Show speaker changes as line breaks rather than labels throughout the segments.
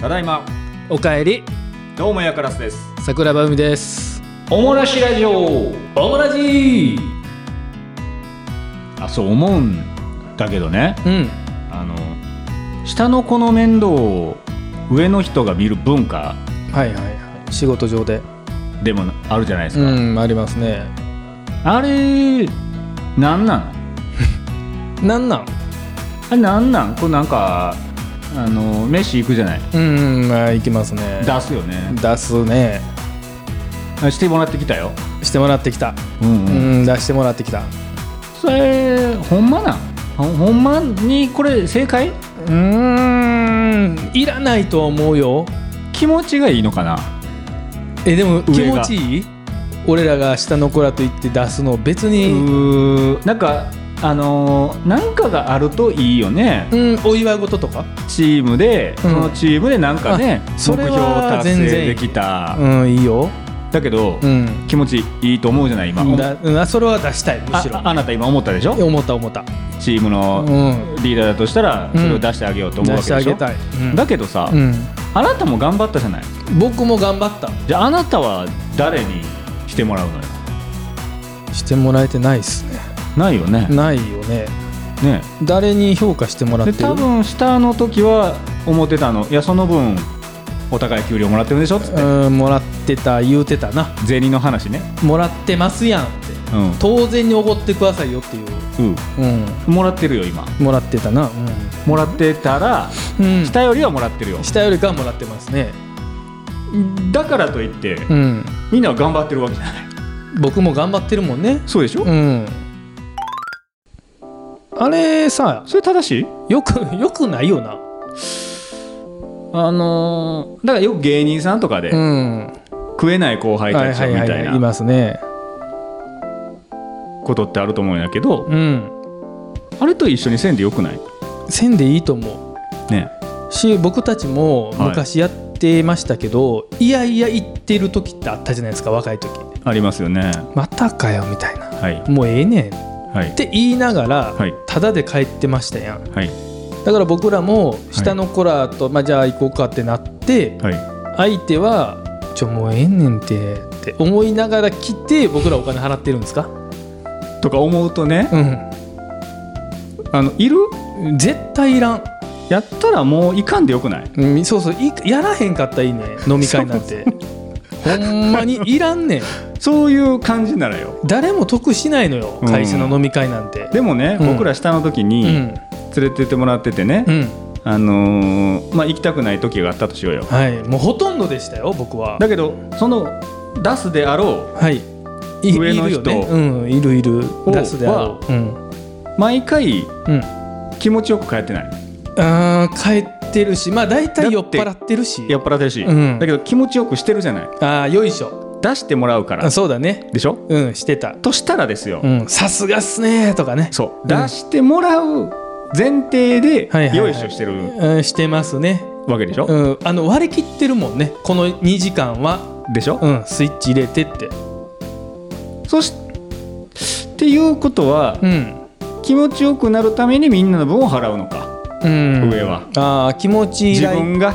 ただいま
おかえり
どうもやからすです
桜庭海です
おもらしラジオ
おもらじ
あそう思うんだけどね
うん
あの下の子の面倒を上の人が見る文化
はいはいはい仕事上で
でもあるじゃないです
う
か、
んありますね
あれなんなん
なんなん
あれなんなんこれなんかあの飯行くじゃない
うんまあいきますね
出すよね
出すね
あしてもらってきたよ
してもらってきた
うん
う
うん、
ん出してもらってきた
それほんまなんほほんまにこれ正解
うーんいらないと思うよ
気持ちがいいのかな
えでも気
上
持
が
ちいい俺らが下の子らと言って出すの別
う
に
ーなんかあのーなんかがあるといいよね
うんお祝い事とか
チームで、
うん
そのチームでなんかね目
それ
標
は
達
全然
成
いい
できた、
うんいいよ
だけど、
うん
気持ちいいと思うじゃない今、
だうんそれは出したいむ
あ
しろ
ああなた今思ったでしょ
思った思った
チーム
う
の
ん
リーダーだとしたら
うん
それを出してあげようと思う
出
わ
して
け
あ
でしょ、
げたい、うん
だけどさ、
う
あなたも頑張ったじゃない
ん、僕も頑張っ
じゃああなたは誰にしてもらうのよ
たしてもらえてないっすね
ないよね
ないよね
ね
誰に評価してもらって
で
る
多分下の時は思ってたのいやその分お高い給料もらってるんでしょっつって
うんもらってた言うてたな
銭の話ね
もらってますやんって
うん、
当然におごってくださいよっていうう
うん、もらってるよ今
んもらってたな
もらってたら
うん、うん、
下よりはもらってるよ、
下よりかはもらってますね
だからといって、
うん
みんなは頑張ってるわけじゃない
僕も頑張ってるもんね
そうでしょ、
うんあれさ
それ正しい
よくよくないよな
あのーだからよく芸人さんとかで、
ん
食えない後輩たちをみたい
い
な
ますね
ことってあると思うんやけど
うん
あれと一緒にせんでよくない
せんでいいと思
ね
うし僕たちも
はい
昔やってましたけど、い、やいや言ってる時ってあったじゃないですか若い時
ありますよね
またかよみたいな
はい
もうええねんっ
はい
て言いながら、
はい
ただで帰ってましたやん
はい
だから僕らも下の子らと、まあ、じゃあ行こうかってなって
はい
相手は「ちょもうええねんて」って思いながら来て僕らお金払ってるんですか
とか思うとね
う
あのいる
ん絶対いらん、
やったらもういかんでよくない
うん、そうそういやらへんかったらいいね飲み会なんてほんまにいらんねん
そういう感じならよ
誰も得しないのよ
うん
会社の飲み会なんて、
でもね、
うん
僕ら下の時
う
に
ん
連れてってもらっててね、
うん
あのーまあ行きたくない時があったとしようよ
はいもうほとんどでしたよ僕は
だけどその出すであろ
はいい
上の
いるよね
人
うんいるいる
を
出すであろううん
う毎回
うん
気持ちよく帰ってない
あー帰ってるしまあ大体酔っ
だって
払ってるし
酔っ払ってるし、
うん
だけど気持ちよくしてるじゃない
あーよいしょ
出してもらうから
あそうだね
でしょ
うんしてた
としたらですよ、
うんさすがっすねーとかね
そううん出してもらう前提で
はいはいは
よ
い
いしょしてる
うんしてますね
わけでしょ、
うんあの割り切ってるもんねこの2時間は
でしょ、
うんスイッチ入れてって
そしっていうことは、
うん
気持ちよくなるためにみんなの分を払うのか
うん
上は
ああ気持ちいい
自
ライ
分
ン
が
あ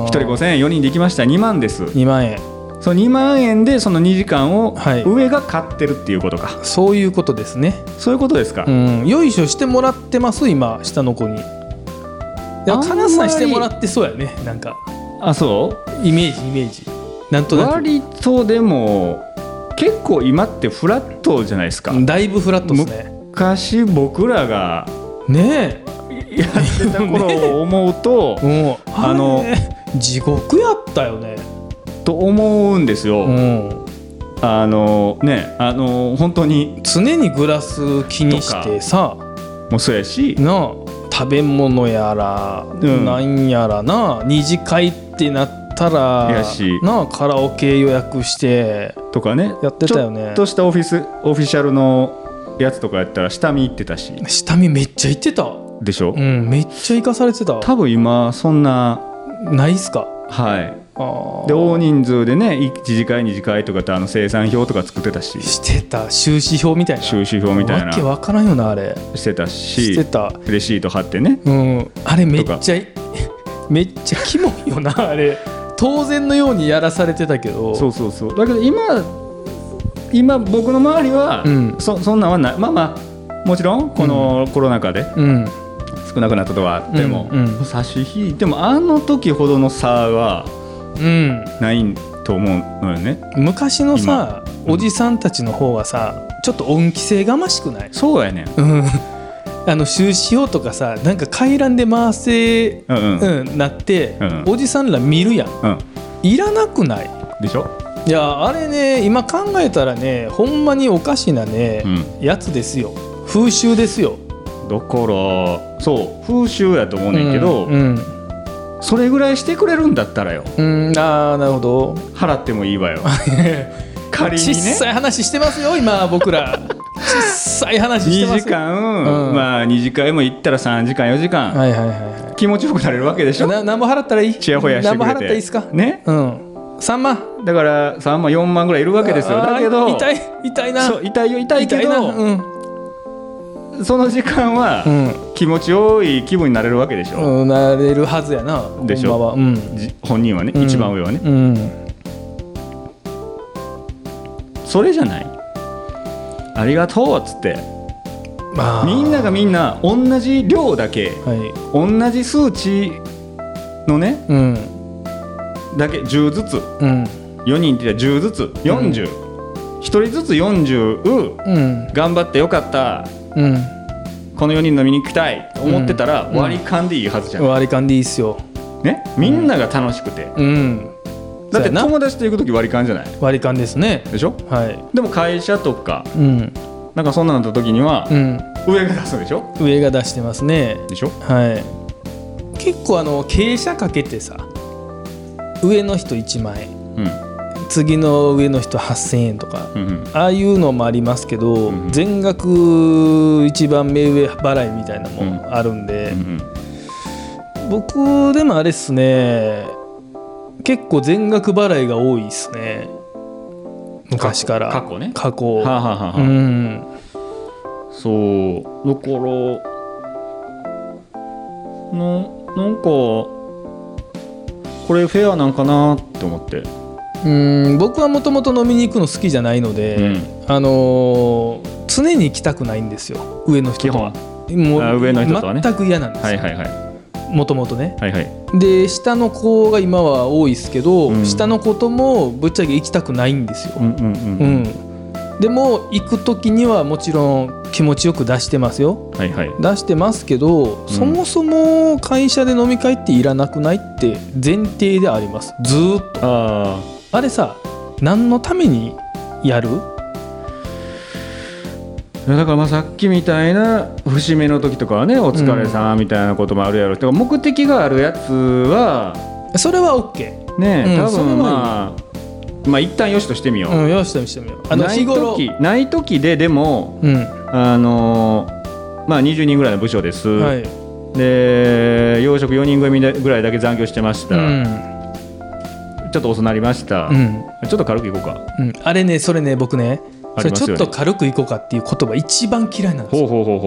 あ
1人5000円4人で行きました2万です
2万円
その2万円でその2時間を
はい
上が買ってるっていうことか、
そういうことですね
そういうことですか、
うんよいしょしてもらってます今下の子にい
あ
や
んまり
カナさんしてもらってそうやねなんか
あそう
イメージイメージなんとな
割とでも結構今ってフラットじゃないですか
くだいぶフラットですね
昔僕らが
ね
やってた頃を思うと、
えもう
あの
れ地獄やったよね
と思うんですよ、
うん
あのねあの本当に
常にグラス気にしてさ
もうそうやし
なあ食べ物やら、
ん
なんやらな二次会ってなった
い
ら
やし
なあカラオケ予約して
とかね
やってたよね
ちょっとしたオフィスオフィシャルのやつとかやったら下見行ってたし
下見めっちゃ行ってた
でしょ、
うんめっちゃ行かされてた
多分今そんな
ないっすか
はい
あ
で大人数でね1次会2次会とかってあの生産表とか作ってたし
ーしてた収支表みたいな
収支表みたいな
わけわからんよなあれ
してた
し
して
た
レシート貼ってね
うんあれめっちゃ めっちゃキモいよなあれ当然のようにやらされてたけど
そうそうそうだけど今今僕の周りは、
うん
そそんなんはないまあまあもちろんこのコロナ禍で
うん
少なくなったとはあっても、
うんうん
差し引いてもあの時ほどの差は
うん
ないと思うのよね
昔のさ
今うん
おじさんたちの方がさちょっと恩着せがましくない
そうやねん
うん あの収支表とかさなんか回覧で回せ、
うんうん、うん
うん、なって、
うん
おじさんら見るやんいらなくない
でしょ、
いやあれね今考えたらねほんまにおかしなね
う、ん、
やつですよ風習ですよ、
だからそう風習やと思うねんけど、
うん
それぐらいしてくれるんだったらよ
うん、うんああなるほど
払ってもいい わよ仮に
小
ね
さい話してますよ今 僕ら小さい話してま
2
す
時間、
うん
まあ2次会も行ったら3時間4時間、
はいはいはいは
気持ちよくなれるわけでし
い
ょ
な何ぼ払ったらいい
ちやほやしてくれて
何ぼ払ったらいいですか
ね
うん3万
だから3万4万ぐらいいるわけですよ
あー
だけど
痛い痛いな
そう痛いよ痛いけ
な
ど
うん
その時間は
うん
気持ちよい気分になれるわけでしょ、
うんなれるはずやな
でしょ
ほんまはうん
じ本人はね、
うん
一番上はね
うん
それじゃないありがとうっつって
まあ
みんながみんな同じ量だけ
はい
同じ数値のね
うん
だけ10ずつ
うん
4人って言ったら10ずつ40、一1人ずつ40う
うん
頑張ってよかった
うん
この4人飲みに行きたいと思ってたら
うん
割り勘でいいはずじゃん、
割り勘でいいっすよ
ねみんなが楽しくて、
うん
だって
そうやな
友達と行く時割り勘じゃない
割り勘ですね
でしょ
はい
でも会社とか
うん
なんかそんなのった時には
うん
上が出すんでしょ
上が出してますね
でしょ
はい結構あの傾斜かけてさ上の人1万円
うん
次の上の人8,000円とか
うんうん
ああいうのもありますけど、
うんうん
全額一番目上払いみたいなの
うん
もあるんで、
うん
僕でもあれっすね結構全額払いが多いっすね昔から
過去ね
過去、
うんはあ、はあはあはあ
うん
そうだからななんかこれフェアなんかなって思って、
うん僕はもともと飲みに行くの好きじゃないので、
うん
あのー常に行きたくないんですよ上の人
基
と
本
は
は
も
あ上の人とはね
全く嫌なんです
はい
よ
はいはい
もともとね
はいはい
で下の子が今は多いですけど、
うん
下の子ともぶっちゃけ行きたくないんですよ、
うんうんうんう
う
ん
んでも行く時にはもちろん気持ちよく出してますよ
はいはい
出してますけど、そもそも会社で飲み会っていらなくないって前提でありますずーっと
あ
あれさ何のためにやる
あだからまあさっきみたいな節目の時とかはねお疲れさんみたいなこともあるやろうけど、目的があるやつは
それは OK、
ね、
うん
多
それは
分
いい
まあまあ一旦よしとしてみよう、
うん、よししてみようしてみようあの
ない
日頃
時ない時ででも
うん
あのーまあ20人ぐらいの部署です、
はい
で養殖4人組でぐらいだけ残業してまし
う
た、
ん
ちょっと遅なりました、
う
ち
ん
ょっと軽くいこうか
うん、あれねそれね僕ね
あ
そ
り
れ
ます
ち
よ
ょ
ね
っと軽くいこうかっていう言葉一番嫌いなんです
ほう
よ
ほうほう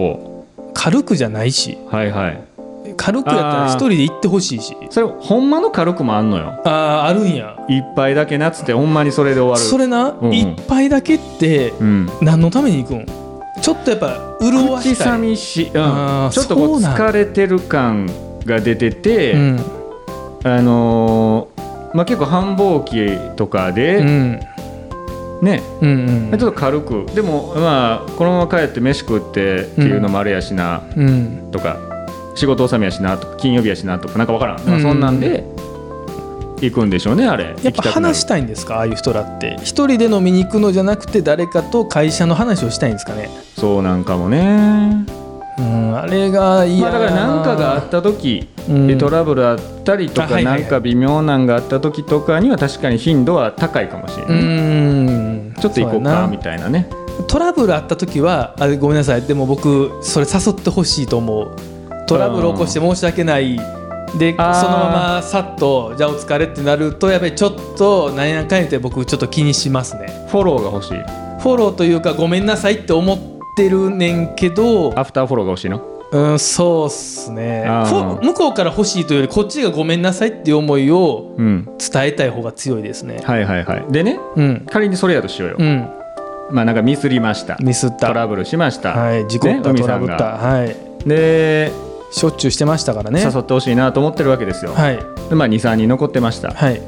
ほ
軽くじゃないし
うはいはい
軽くやったら一人で行ってほしいし
それほんまの軽くもあんのよ
あああるんや
一杯だけなっつってほんまにそれで終わる
それな
うんうん
一杯だけって
うん
何のために行くんちょっとやっぱ潤わ
口
したい
寂しい、うん、ち
あ
ょ
ー
っとこ
そううなん
疲れてる感が出てて、
うん
あのーまあ、結構繁忙期とか
う
で、
ん
ね
うんうん
ちょっと軽くでもまあこのまま帰って飯食ってっていうのもあれやしな、
うん
とか仕事納めやしなとか金曜日やしなとかなんかわからん、ま
う
あ
ん
そんなんで行くんでしょうねあれ
やっぱ話したいんですかああいう人らって一人で飲みに行くのじゃなくて誰かと会社の話をしたいんですかね
そうなんかもね
うんあれがい
ま
や
あだから何かがあった時、
うん
でトラブルあったりと
あ
か、
はいはいはい
なんか微妙なんがあった時とかには確かに頻度は高いかもしれ
う
ない、
ん
ちょっと行こう
そや
か
な
みたいなね
トラブルあった時はあごめんなさいでも僕それ誘ってほしいと思うトラブル起こして申し訳ないでその
あー
ままさっとじゃあお疲れってなるとやべちょっと何やかんやって僕ちょっと気にしますね
フォローが欲しい
フォローというかごめんなさいって思ってるねんけど
アフターフォローが欲しいの
うん、そうっすね
あー
こ向こうから欲しいというよりこっちがごめんなさいっていう思いを
うん
伝えたい方が強いですね
はいはいはいでね
うん
仮にそれやとしようよ、
うん
まあなんかミスりました
ミスった
トラブルしました、
はい事故った、
ね
トラブっ
海
た
さんが
はい
で
しょっちゅうしてましたからね
誘ってほしいなと思ってるわけですよ、
はい
でまあ23人残ってました、
はい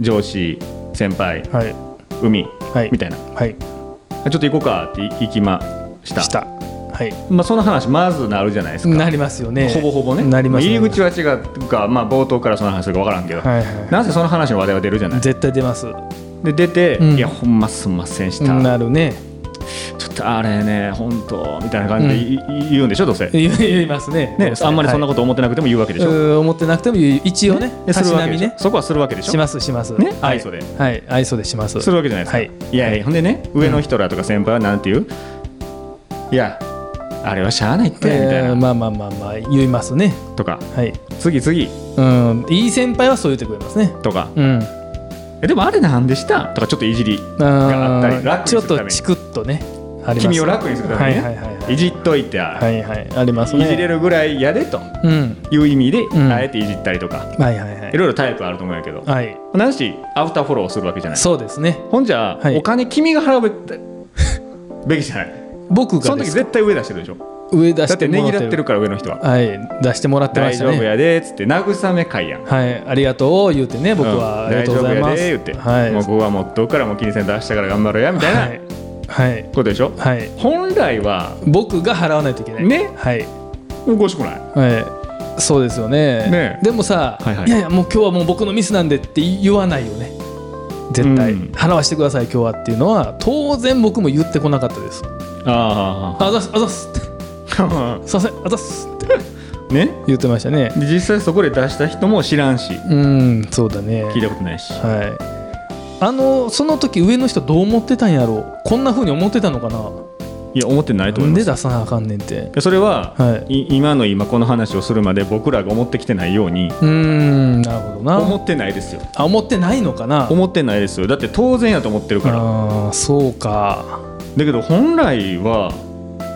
上司先輩
はい
海、
はい
みたいな
はい
ちょっと行こうかって行きました
したはい
まあ、その話まずなるじゃないですか
なりますよね
ほぼほぼね
なります
入り口は違うか、まあ、冒頭からその話するか分からんけど、
はいは
なぜその話の話題は出るじゃないい
絶対出ます
で出て、
うん
いやほんますんませんした、
なるね
ちょっとあれね本当みたいな感じでい、い言うんでしょどうせ、ね、
言い言いますね
あんまりそんな
こ
こと思ってなくても言うわけ
と
でしょ、
思ってなくても言う一応ね
えす
た
る
し
わ
な
けで
み
しょ、
ね
そこはするわけでしょ
しますします
ね
はい
愛想で
はい愛想でします
するわけじゃないですか、
はい
いやいやほんでね上の人らとか先輩はなんて言う、いやあれはしゃあないってみたい
え
な、
ーまあまあまあまあ言いますね
とか
はい
次次
うんいい先輩はそう言ってくれますね
とか
うん
えでもあれなんでしたとかちょっといじりがあったり
あ
楽
ーちょ
にするた
っと
め
チ
に
クッとねあります
君を楽にするためにね
はいはいはいはい
いじっといて、
はいはいあります
い
ね
じれるぐらいやでと
うん
いう意味で、
ん
あえていじったりとか
はいはいはい
いろいろタイプあると思うんやけど、
はい
なんしアフターフォローをするわけじゃない
そうですね
ほんじゃ、
はい
お金君が払うべべきじゃないそ
僕が
の
で
時
す
絶対上出してるでしょ
上出
だっ
してて
ね
もら
ぎ
っ
らってて
る
るから上の人は
はい出してもらってま
大
した
丈夫
ね
やでっつって慰め会やん
はいありがとう言うてね僕はあ
ん
りが
大
とう
丈
ご
夫
ざい
や
ます
で言って、
はい
もうここはもうどっからも気にせんと明日から頑張ろうやみたいな
はい
ことでしょ、
はいはい
本来は
僕が払わないといけない
ね
はい
おかしくない
はい、そうですよね
ねえ
でもさ、
はい
い
はい
やいやもう今日はもう僕のミスなんでって言わないよね絶対、
うん
払わしてください今日はっていうのは当然僕も言ってこなかったです
あ
あざっすあざっすって
あ
すいませんあざっすっ て
ね
言ってましたね
で実際そこで出した人も知らんし
うんそうだね
聞いたことないし
はいあのその時上の人どう思ってたんやろうこんな風に思ってたのかない
や思ってないと思
な
い
ん
ま
です出さなあかんねんって
いやそれは、
はい
今の今この話をするまで僕らが思ってきてないように
うーんなるほどな
思ってないですよ
あ思ってないのかな
思ってないですよだって当然やと思ってるから
あーそうか
だけど本来は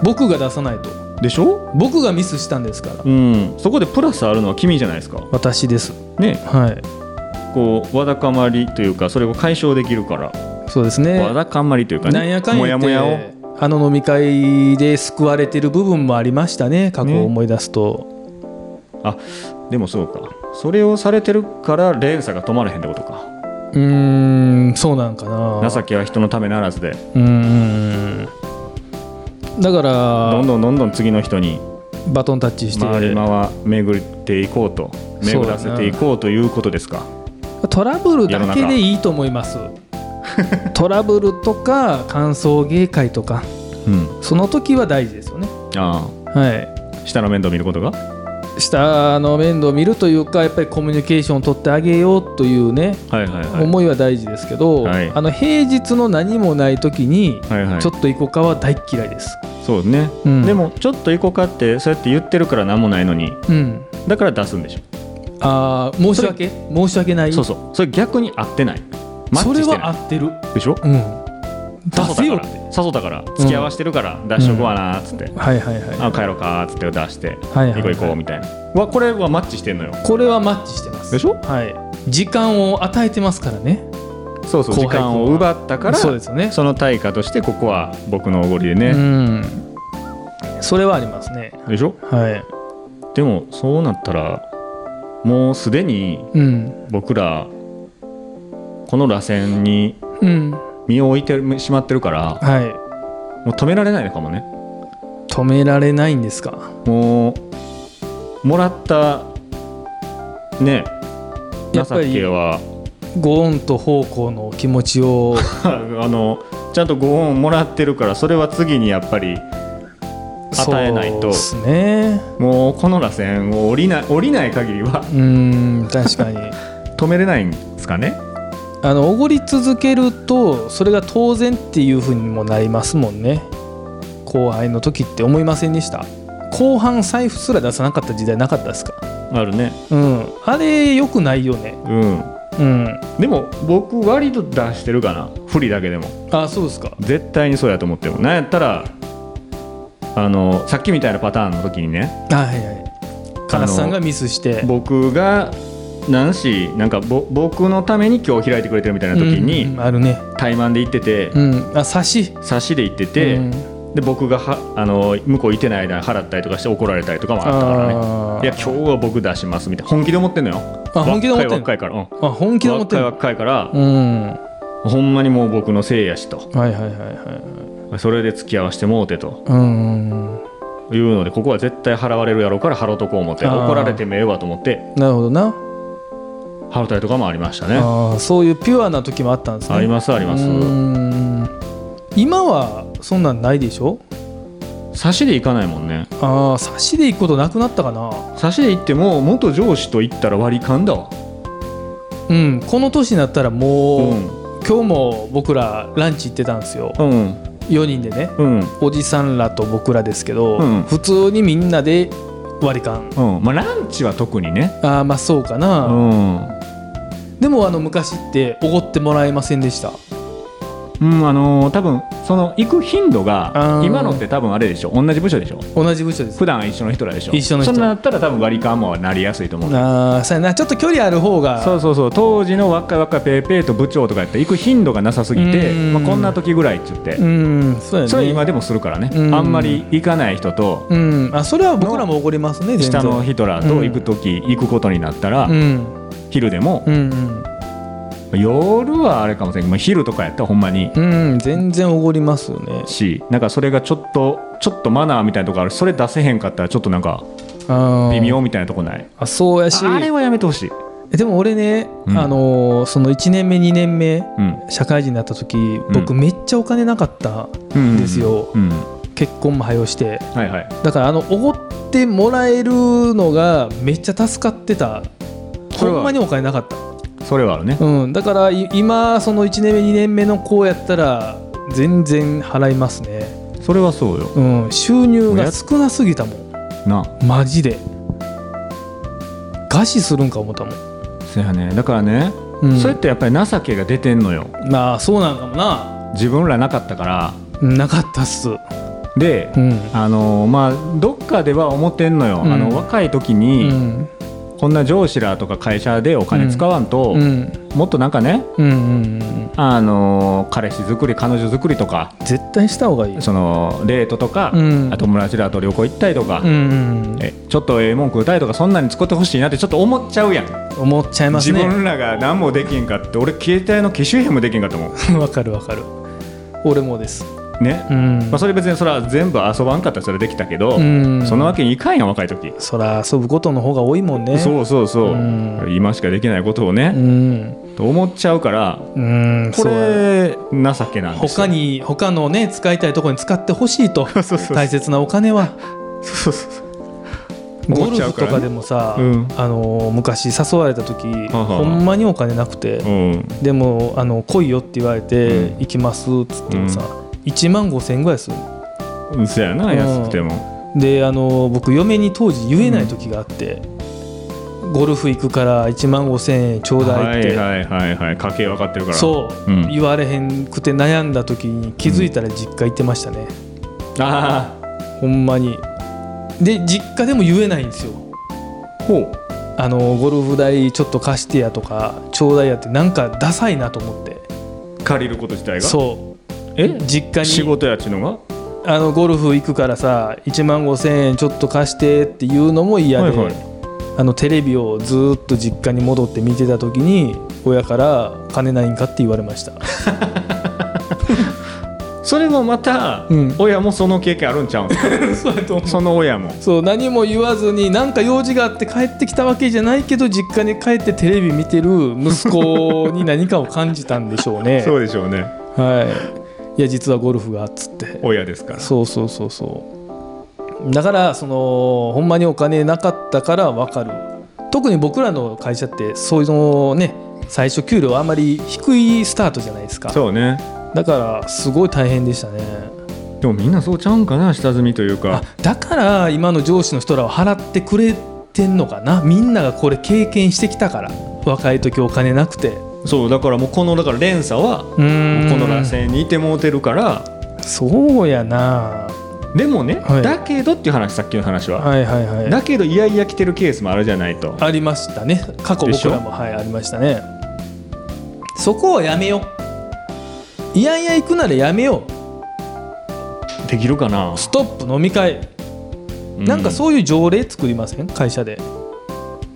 僕が出さないと
でしょ
僕がミスしたんですから
うんそこでプラスあるのは君じゃないですか
私です
ね
はい
こうわだかまりというかそれを解消できるから
そうですね
わだかまりというか
なん
ね
やかん
も
や
や
っ
もやを
てあの飲み会で救われてる部分もありましたね過去
ね
を思い出すと、
あでもそうかそれをされてるから連鎖が止まらへんってことか
うーんそうなんかな
情けは人のためならずで
うーんだ
どん
から
どんどんどん次の人に
バトンタッチして、
回り回巡っていこうと巡らせていこうということですか
トラブルだけでいいと思います トラブルとか歓送迎会とか
うん
その時は大事ですよね
あ
はい
あ下の面倒見ることが
下の面倒を見るというかやっぱりコミュニケーションを取ってあげようというね、
はいはいはい
思いは大事ですけど、
はい
あの平日の何もない時に、
はいはい
ちょっと行こうかは大っ嫌いです、
そうですね、
うん
でもちょっと行こうかってそうやって言ってるから何もないのに
うん、
だから出すんでしょ
あー申し訳申し訳ない
そうそうそれ逆に合ってないマッ
そ
チ
れ
して
は
ない
合ってる、
でしょ
うん、出
誘った
せよ
か
っ
ら
て
誘ったから付き合わしてるから出しとこうかなーっつって、
はいはいは
あ帰ろうかーっつって出して、
はいはいは
行
い
こう行こうみたいなわこれはマッチしてんのよ
いこれはマッチしてます
でしょ
はい、時間を与えてますからね
そうそう時
後輩
間を奪ったから
そうですよね
その対価としてここは僕のおごりでね、
うんそれはありますね
でしょ
はい
でもそうなったらもうすでに
うん
僕らこの螺旋に
うん
身を置いてしまってるから
はい
もう止められないのかもね
止められないんですか
もうもらったね情
やっぱり
けは
ご恩と奉公の気持ちを
あのちゃんとご恩もらってるからそれは次にやっぱり 与えないと
そうですね
もうこの螺旋を降りない降りない限りは
うーん確かに
止めれないんですかね
あのおごり続けるとそれが当然っていうふうにもなりますもんね後輩の時って思いませんでした後半財布すら出さなかった時代なかったですか
あるね
うんあれ良くないよね
うん
うん
でも僕割と出してるかな不利だけでも
あそうですか
絶対にそうやと思ってもなんやったらあのさっきみたいなパターンの時にね
あはいはいカナスさんがミスして
僕がなんしなんかぼ僕のために今日開いてくれてるみたいな時
うんうん
に
うんあるね
怠慢で行ってて、
うんあ差し
差しで行ってて、
うん
で僕がはあの向こういてない間に払ったりとかして怒られたりとかもあったからね
あ
いや
ー
今日は僕出しますみたいな本気で思ってんのよ
あ本気で思ってんの
若い若いから、うん、
あ本気で思ってる
若い若いから、
うんはい
ほんまにもう僕のせいやしと
はいはいはい
それで付き合わしてもうてと
うんうんうん
いうのでここは絶対払われるやろうから払うとこう思って
あー
怒られてもええわと思って
なるほどな
払うたりとかもありましたねあ
あーそういうピュアな時もあったんですね
りますあります
うん今はそんなんないでしょ
差しで行かないもんね
ああ差しで行くことなくなったかな
差しで行っても元上司と行ったら割り勘だわ
うんこの年になったら
う
もう、
ん
今日も僕らランチ行ってたんですよ
うん
4人でね
うん
おじさんらと僕らですけど、
うん
普通にみんなで割り勘
うんまあランチは特にね
ああまあそうか
う
な、
ん、うん、
でもあの昔っておごってもらえませんでした
あのー多分その行く頻度
あ
が
ー
今のって多分あれでしょ同じ部署でしょ
同じ部署です
普段一緒の人らでしょ
一緒の人
そんなんだったら多分割り勘もなりやすいと思う
ああそうやなちょっと距離ある方が
そうそうそう当時の若い若いペーペーと部長とかやったら行く頻度がなさすぎて、
うん
まあ、こんな時ぐらいっつって、
うんそうやね
それ今でもするからね、
うん
あんまり行かない人と
うんあそれは僕らもおごりますね全然
下の人らと行く時、行くことになったら、
うん
昼でも
う、ん
夜はあれかもしれない、まあ、昼とかやったらほんまに
うん、うん、全然おごりますよね
しなんかそれがちょっとちょっとマナーみたいなとこあるそれ出せへんかったらちょっとなんか
あー
微妙みたいなとこない、
あそうやし
ああれはやめてほしい、
えでも俺ね、
うん
あのーその1年目2年目
うん
社会人になった時僕
う
めっちゃお金なかった、
うん
ですよ
うん、
結婚も早うして
はいはい
だからあのおごってもらえるのがめっちゃ助かってた
それは
ほんまにお金なかった
それはあるね
うん、だからい今その1年目2年目の子やったら全然払いますね、
それはそうよ
うん、収入が少なすぎたもん
な
マジで餓死するんか思ったもん、
そやねだからね、
うん、
それってやっぱり情けが出てんのよ
なあそうなんかもな
自分らなかったから
なかったっすうん
で、あのまあどっかでは思ってんのよ、
うん
あの若い時
う
に、
ん
こんな上司らとか会社でお金使わんと、
うん
もっとなんかね
うんうんうん
あの彼氏作り彼女作りとか
絶対した方がいい
そのデートとか、
うん
友達らと旅行行ったりとか、
うんうん
えちょっとええもん食うたりとかそんなに使ってほしいなってちょっと思っちゃうやん、
思っちゃいます
自
ね
分らが何もできんかって俺携帯の機種変もできんかと思
わかるわかる俺もです
うね、
うん
まあ、それ別にそれは全部遊ばんかったらそれできたけど、
うん
そのわけにいかんやん若い時、
そら遊ぶことの方が多いもんね
そうそうそう、
うん
今しかできないことを
う
ね、
ん
と思っちゃうから
うん
こ
そう
れ情けなんですよ
他に他のね使いたいところに使ってほしいと
そうそう
大切なお金は
そうそうそう
ゴ
思っ
ル
ちゃう
フ
から
と
ね
かでもさ、
うん
あのー昔誘われた時、
ははは
ほんまにお金なくて、
うん
でもあの来いよって言われて、
うん
行きますっつってもさ、1万5千円ぐらいするの
うんそやな
うん
安くても
であの僕嫁に当時言えない時があって、ゴルフ行くから1万5千円ちょうだ
はい
って、
いはいはいはい家計分かってるから
そ
う
う、
ん
言われへんくて悩んだ時に気づいたら実家行ってましたね、
あ
ほんまにで実家でも言えないんですよ
あほう
あのゴルフ代ちょっと貸してやとかちょうだいやってなんかダサいなと思って
借りること自体が
そ
え
う実家に
仕事やっちゅうの
あのゴルフ行くからさ1万5千円ちょっと貸してっていうのも嫌
が
で、
はいはい
あのテレビをずーっと実家に戻って見てた時に親から「金ないんか?」って言われました
それもまた
うん
親もその経験あるんちゃうん
そうやと思う
その親も
そう何も言わずに何か用事があって帰ってきたわけじゃないけど実家に帰ってテレビ見てる息子に何かを感じたんでしょうね
そうでしょうね
はい、いや実はゴルフがっつって
親ですから
そうそうそうそうだからそのほんまにお金なかったから分かる特に僕らの会社ってそういうのね最初給料はあまり低いスタートじゃないですか
そうね
だからすごい大変でしたね
でもみんなそうちゃうんかな下積みという
あ
か
だから今の上司の人らは払ってくれてんのかなみんながこれ経験してきたから若い時お金なくて
そうだからもうこのだから連鎖は
うーん
この螺旋にいてもうてるから
そうやな
でもね、
はい
だけどっていう話さっきの話は、
はいはいはい
だけどいやいや来てるケースもあるじゃないと
ありましたね過去
でし
僕
ょ
らもはいありましたねそこはやめよういやいや行くならやめよう
できるかな、
ストップ飲み会、なんかそういう条例作りません会社で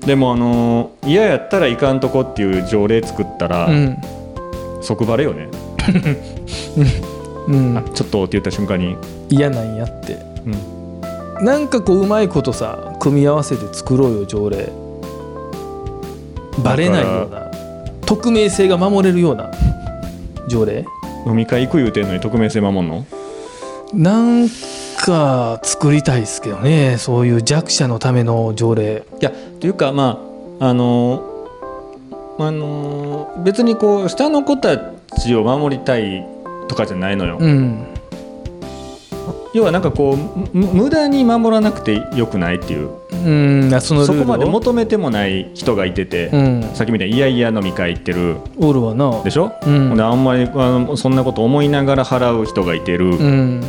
うんでもあのー嫌やったらいかんとこっていう条例作ったら、
うん
即バレよね、
うん
あちょっとって言った瞬間に、
嫌なんやって
うん
なんかこううまいことさ組み合わせて作ろうよ条例バレないような匿名性が守れるような条例
飲み会行く言うてんのに匿名性守んの
なんか作りたいですけどねそういう弱者のための条例
いやというかまああのーあのー別にこう下の子たちを守りたいとかじゃないのよ、
うん
要はなんかこうむ無駄に守らなくてよくないっていう
うんあそのルー
そ
ルを
こまで求めてもない人がいてて、
うん
さっきみたいにいやいや飲み会行ってる
おるわな
でしょ、
うん
ほであんまりあのそんなこと思いながら払う人がいてる、
うん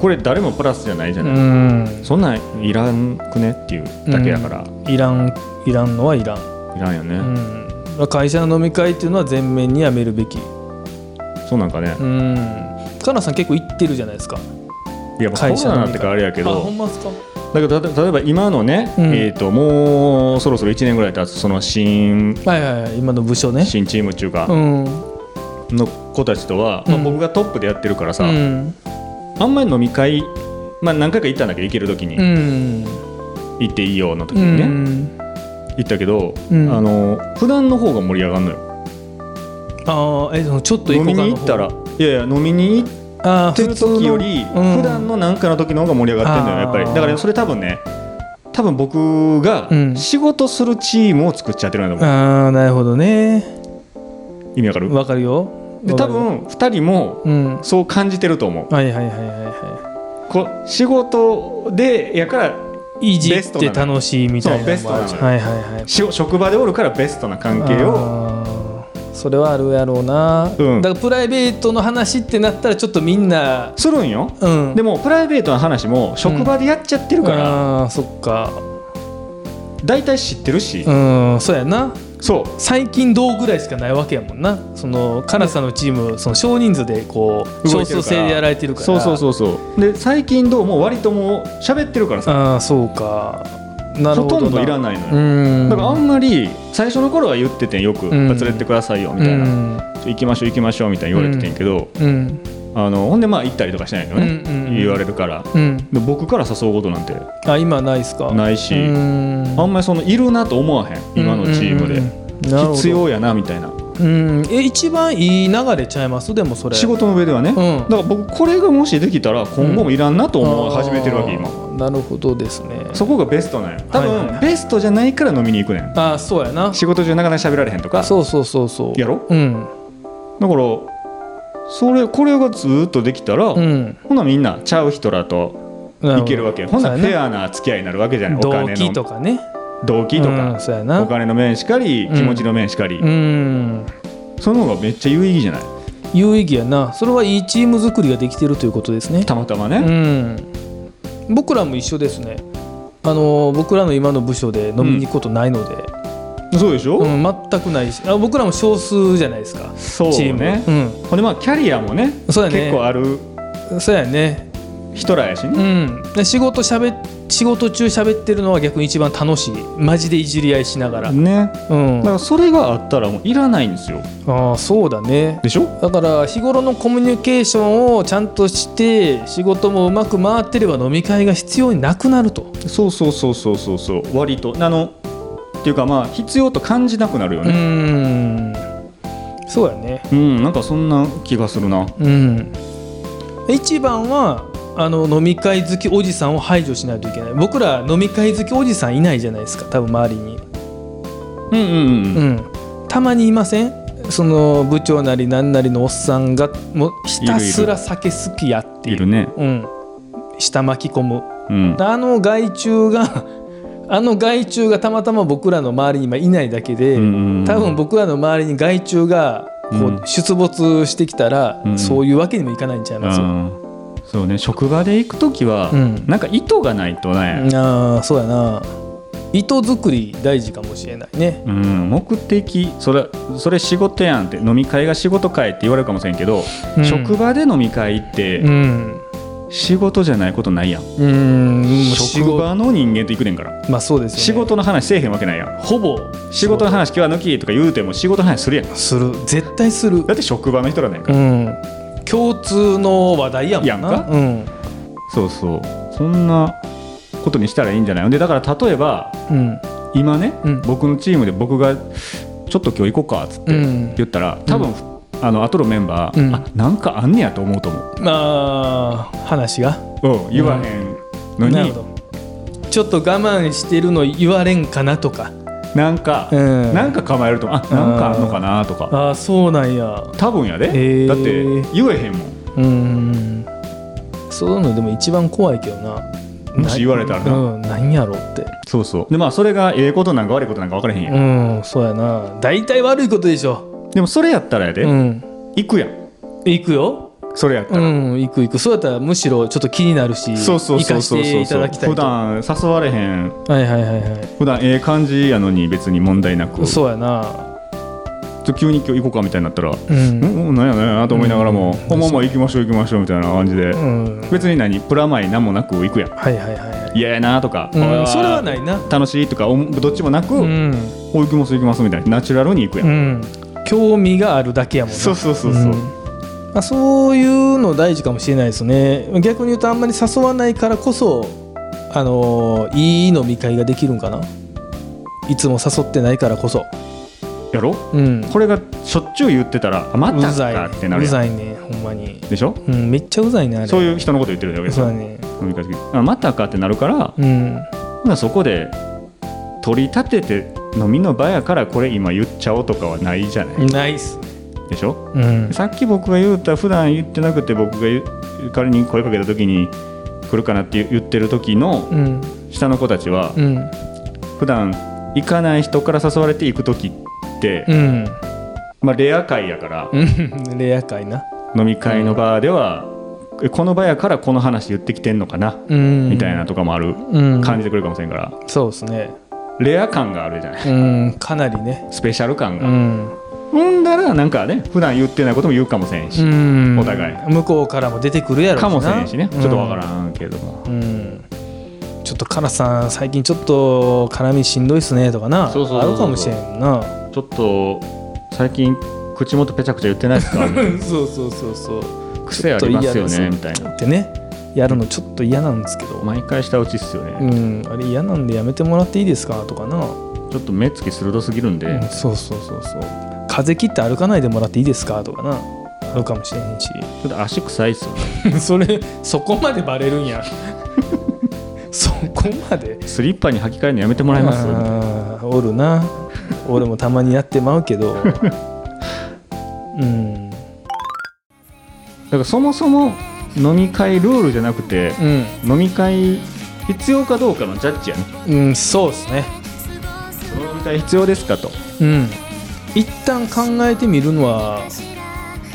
これ誰もプラスじゃないじゃ
う
ない、
ん
そんなんいらんくねっていうだけだから、
いらんいらんのはいらん、
いらんよね、
うん、会社の飲み会っていうのは全面にやめるべき
そうなんかね、
うんカナさん結構行ってるじゃないですか
いやまあ
会
コ
社
ロ
の
ナってかあれやけ
あほ
ど
んまですか
だけどたと例えば今のね、
うん
えー、ともうそろそろ1年ぐらい経つその新
はいはいはい今の部署ね
新チームっていう
う
か
ん
の子たちとは、ま
う
あ、
ん
僕がトップでやってるから
う
さ、
ん
あんまり飲み会、まあ、何回か行ったんだけど行ける時に、
うん
行っていいよの時
う
にね、
ん
行ったけど、
うん
あの普段の方が盛り上がるのよ
ああえそのちょっと行
飲
こう
み
かの方
に行ったらいやいや飲みに行っ
ああ
てる時より
普
普
通のうん
段のなんかの時の方が盛り上がってるのよやっぱり
あー
だからそれ多分ね多分僕が
うん
仕事するチームを作っちゃってるんだと思
ああなるほどね
う意味わかる
わかるよ
で
わか
多
るよ
分2人も
うん
そう感じてると思う
はいはいはいはいは
こう仕事でやから
いいじ
ベ
っ
ストな
て楽しいみたいな
そうベストなのよ
まあはいはいはい
し職場でおるからベストな関係を
あーそれはあるやろうな、
うん
だからプライベートの話ってなったらちょっとみんな
するんよ
うん
で
も
もプライベートな話も職場でやっちゃってるから
あーそっか
大体知ってるし
うんそうやな
そう
最近どうぐらいしかないわけやもんなその辛さのチームその少人数でこう
動
少
いてるから
数制でやられてるから
そうそう
う
そうそうで最近どうも割ともう喋ってるからさ
ああそうかなる
ほ
ほど
とんどいら
い
ないの
う
よ、
ん
だからあんまり最初の頃は言っててんよく、
ん
連れてくださいよみたいな、行きましょう行きましょうみたいに言われててんけど、
うんうん
あのほんでまあ行ったりとかしないのね、
うんうんうん
言われるから
うん
で僕から誘うことなんて
あ今ないっすか
ないし
うん
あんまりそのいるなと思わへん今のチームで、
うんうんうんうん
必要やなみたいな
うんえ一番いい流れちゃいますでもそれ
仕事の上ではね、
ん
だから僕これがもしできたら今後もいらんなと思い始めてるわけ今、
今なるほどですね
そこがベストなんよ多分、
はいはいはい
ベストじゃないから飲みに行くねん
あそうやな
仕事中なかなか喋られへんとか
そうそうそうそう
やろ
うん
だからそれこれがずーっとできたら、
うん
ほなみんなちゃう人らといけるわけほんならフェアな付き合いになるわけじゃないお
動
金
機と
の
かね
動機と
うん、
か、
そうやな
お金の面しかり
うん
気持ちの面しかり、
うん
その方がめっちゃ有意義じゃない
有意義やなそれはいいチーム作りができてるということですね
たまたま
う
ね、
ん僕らも一緒ですねあの僕らの今の部署で飲みに行くことないので、
そうでしょ、
うん全くないしあ僕らも少数じゃないですか
そう
チーム
ね、
う
ほんでまあキャリアもね
んそうやね
結構ある
そうやね
人らやしね、
うんで仕事しゃべ仕事中喋ってるのは逆に一番楽しいマジでいじり合いしながら
ね
うん
だからそれがあったらもういらないんですよ
ああそうだね
でしょ
だから日頃のコミュニケーションをちゃんとして仕事もうまく回ってれば飲み会が必要になくなると、
そうそうそうそうそうそう割とあのっていうかまあ必要と感じなくなるよ
う
ね
んそうやね
うん、なんかそんな気がするな
うん一番はあの飲み会好きおじさんを排除しないといけない僕ら飲み会好きおじさんいないじゃないですか多分周りに
うんうんうん、
うん、たまにいませんその部長なり何なりのおっさんがもうひたすら酒好きやってい
いうるね
うん、下巻き込む
うん
あの害虫が あの害虫がたまたま僕らの周りに今いないだけで、
うん
多分僕らの周りに害虫がこ
うん
う出没してきたら、
うん
そういうわけにもいかないんちゃいますよ、
あーそうね職場で行く時は、
うん
なんか意図がないとね、
ああそうやな糸作り大事かもしれないね
うん目的それそれ仕事やんって飲み会が仕事かいって言われるかもしれんけど、
うん
職場で飲み会って、
うん
仕事じゃないことないやん、
うんもう仕
職
事
場の人間と行くねんから
まあそうですよ、ね、
仕事の話せえへんわけないやん
ほぼ
仕事の話今日は抜きとか言うても仕事の話するやんだ
する絶対する
って職場の人らなんやか
う
ら、
ん共通の話題やもんな
やんか
うん
そうそうそんなことにしたらいいんじゃないでだから例えば
うん
今ね、
うん
僕のチームで僕が「ちょっと今日行こうか」っつって
うん
言ったら、多分、あの後のメンバー、
うん
あなんかあんねやと思うと思
まあ話が
う、うん、言わへんのに、
なるほどちょっと我慢してるの言われんかなとか
なんか、
うん
なんか構えるとあなんかあんのかなとか
ああそうなんや
多分や
へ
で
ー
だって言えへんもん
うんそういうのでも一番怖いけどな
もし言われたらな
うん、なんやろって
そうそうでまあそれがええことなんか悪いことなんか分からへんやん、
うんそうやな大体悪いことでしょ
でもそれやったらやで、
うん
行くやん
行くよ
それやった
う
ら、
ん行く行くそうやったらむしろちょっと気になるし
そうそう
生
そう
かし
そう
ていた
そう
だきたい
普
と
段誘われへん
はいはいはいは
普段ええ感じやのに別に問題なく
いそうやな
ちょ急に今日行こうかみたいになったら
う、
うんん、うん、なんやなんやと思いながらも
うん、
ほんまもう行きましょう行きましょうみたいな感じで、
うん、はい
別に何プラマイ何もなく行くやん
はいはいはい
嫌やなとか、
うん、それはいないな
楽しいとかおどっちもなく、
うん、
お行きます行きますみたいなナチュラルに行くやん、
うん、興味があるだけやもんな
そうそうそうそう、
んまあ、そういうの大事かもしれないですね逆に言うとあんまり誘わないからこそあのーいい飲み会ができるんかないつも誘ってないからこそ
やろ
うん
これがしょっちゅう言ってたらあま
う
た
ざ
か
い
ってなる
う
やん
ざいねほんまに
でしょ
うんめっちゃうざいねあれ
そういう人のこと言ってるわけです
そう
よ
だね
飲み会の時あまたかってなるから、
うん
ほなそこで取り立てて飲みの場やからこれ今言っちゃおうとかはないじゃない、
ナイス
でしょ
うん
さっき僕が言うた普段言ってなくて僕が言う仮に声かけた時に来るかなって言ってる時の
うん
下の子たちは
うん
普段行かない人から誘われて行く時って、
うん
まあ、レア会やから
うんレア会な
飲み会の場では、えこの場やからこの話言ってきてんのかな、
うん
みたいなとかもある
うん
感じてくるかもしれんから
そうですね
レア感があるじゃない
うんかなりね
スペシャル感
う
が。
ん
ほんだらなんかね普段言ってないことも言うかもせんし、
うん
お互
向こうからも出てくるやろう
かも
な
せんしねちょっとわからんけども。
うんちょっとカラさん最近ちょっと絡みしんどいっすねとかな
そうそうそうそう
あるかもしれんな
ちょっと最近口元ペチャクチャ言ってないですか
そうそうそうそう
癖ありますよねみたいな
ってねやるのちょっと嫌なんですけど
毎回下打ちっすよ
う
ね、
んあれ嫌なんでやめてもらっていいですかとかな、
ちょっと目つき鋭すぎるんで、
うんそうそうそうそう風切って歩かないでもらっていいですかとかなあるかもしれへんし
ちょっと足臭いっすよね
それそこまでバレるんや そこまで
スリッパに履き替えるのやめてもらえますみたいな
あーおるな俺もたまにやってまうけ どうん
だからそもそも飲み会ルールじゃなくて、
うん、
飲み会必要かどうかのジャッジやね
うん、そうですね
この飲み会必要ですかと
うん一旦考えてみるのは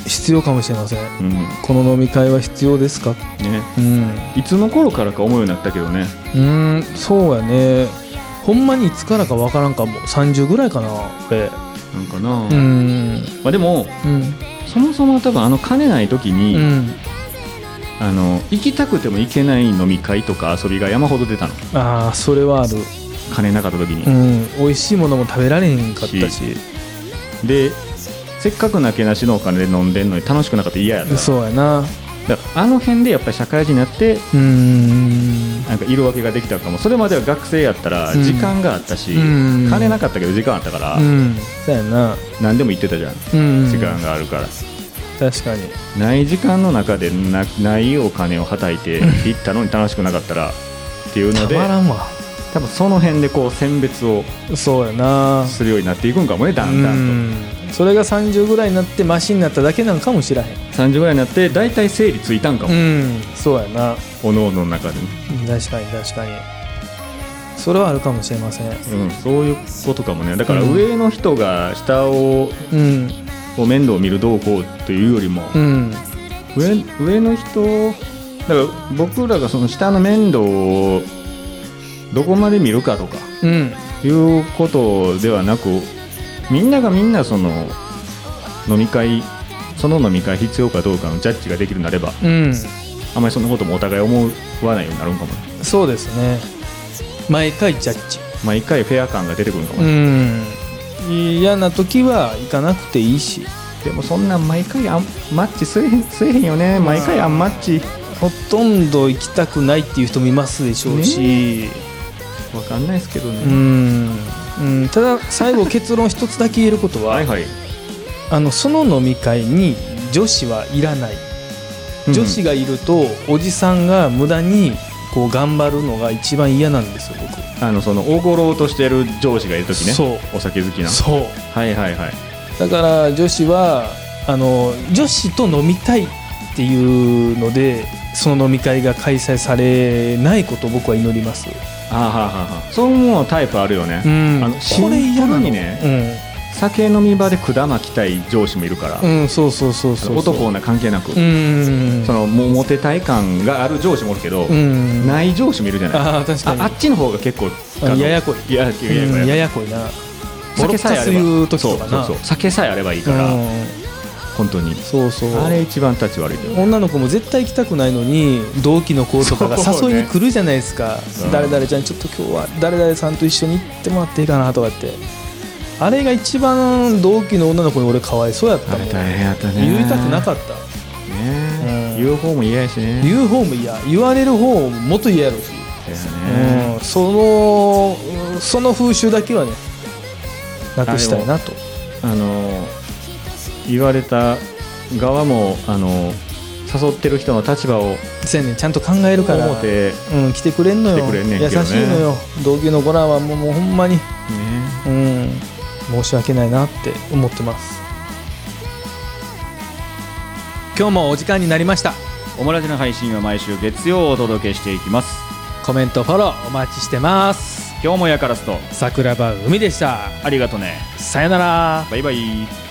必要かもしれません
うんね
この飲み会は必要ですかうん
いつの頃からか思うようになったけどね
うんそうやねほんまにいつからかわからんかも30ぐらいかな俺
なんかな、
う
ま
ん
あでも
うん
そもそも多分あの金ない時に、
うん
あの行きたくても行けない飲み会とか遊びが山ほど出たの
ああそれはある
金なかった時に、
うん美味しいものも食べられへんかったし
でせっかくなけなしのお金で飲んでんのに楽しくなかったら嫌やった
そうやな
だからあの辺でやっぱり社会人になって
うん
なんか色分けができたかもそれまでは学生やったら
うん
時間があったし、
うん
金なかったけど時間あったから、
うんそうやな
何でも言ってたじゃん
うん
時間があるから、
確かに
ない時間の中でなないお金をはたいて行ったのに楽しくなかったらっていうの
た
で
まらんわ
多分その辺でこう選別を
そうやな
するようになっていくんかもねだんだんと。
うんそれが30ぐらいになってマシになっただけなんかもしらへん
30ぐらいになって大体整理ついたんかも、
うんそうやな
おのおのの中でね、
確かに確かにそれはあるかもしれません
うん、そういうことかもねだから
うん
上の人が下を、
うん
を面倒を見るどうこうというよりも、
うん
上上の人だから僕らがその下の面倒をどこまで見るかとか
うん
いうことではなくみんながみんなその飲み会その飲み会必要かどうかのジャッジができるなれば
うん
あまりそんなこともお互い思わないようになるんかもね
そうですね毎回ジャッジ
毎回フェア感が出てくるのかも
う
ね、
ん嫌な時は行かなくていいし
でもそんなん毎回あんマッチせえへんせえへんよね毎回あんマッチ
ほとんど行きたくないっていう人もいますでしょうし、
わかんないですけどね、
うんうん、ただ最後結論一つだけ言えることは、
はいはい
あのその飲み会に女子はいらない女子がいるとおじさんが無駄にこう頑張るのが一番嫌なんですよ僕
あのその大五郎としてる上司がいる時ね
そう
お酒好きな
そう
はいはいはい
だから女子はあの女子と飲みたいっていうのでその飲み会が開催されないことを僕は祈ります、
あーはーはーはーそう思うタイプあるよね、
うん、
あの
これ
シ
嫌な
ンプル
の
にね酒飲み場で管巻きたい上司もいるから、
うん、うん、そうそうそうそう
男女関係なく、
うん
そのもうモテたい感がある上司もおるけど、
うん
ない上司もいるじゃない
ああ確か
あ
に
あっちの方が結構あの
ややこ
いやややや
うん
や
や
や
やこいなボ
酒
ロッ
さえ
カ
あ
ス
れば
言う時
そ
と
う
か
そう
な
そう酒さえあればいいから、
うん
本当に
そうそう
あれ一番立ち悪いけど
女の子も絶対行きたくないのに同期の子とかが
そうね
誘いに来るじゃないですか
うん
「誰々ちゃんちょっと今日は誰々さんと一緒に行ってもらっていいかな」とかってあれが一番同期の女の子に俺かわいそうやった
あ
も
れ
ん
大変やったね
言いたくなか
っ
った
たね、
うん
言う方も嫌やしね
言う方も嫌言われる方ももっと嫌やろうし、
だよね
うん、そのうんその風習だけはねなくしたいなと
あの言われた側もあの誘ってる人の立場を
せやねんちゃんと考えるから
思って、ね、
うん、来てくれんのよ
来てくれんねんけどね
優しいのよ同級の子らはもうもうほんまに、うん、申し訳ないなって思ってます今日もお時間になりました
オムラジの配信は毎週月曜お届けしていきます
コメントフォローお待ちしてます
今日もやからすと
桜庭海でした
ありがとね
さよなら
バイバイ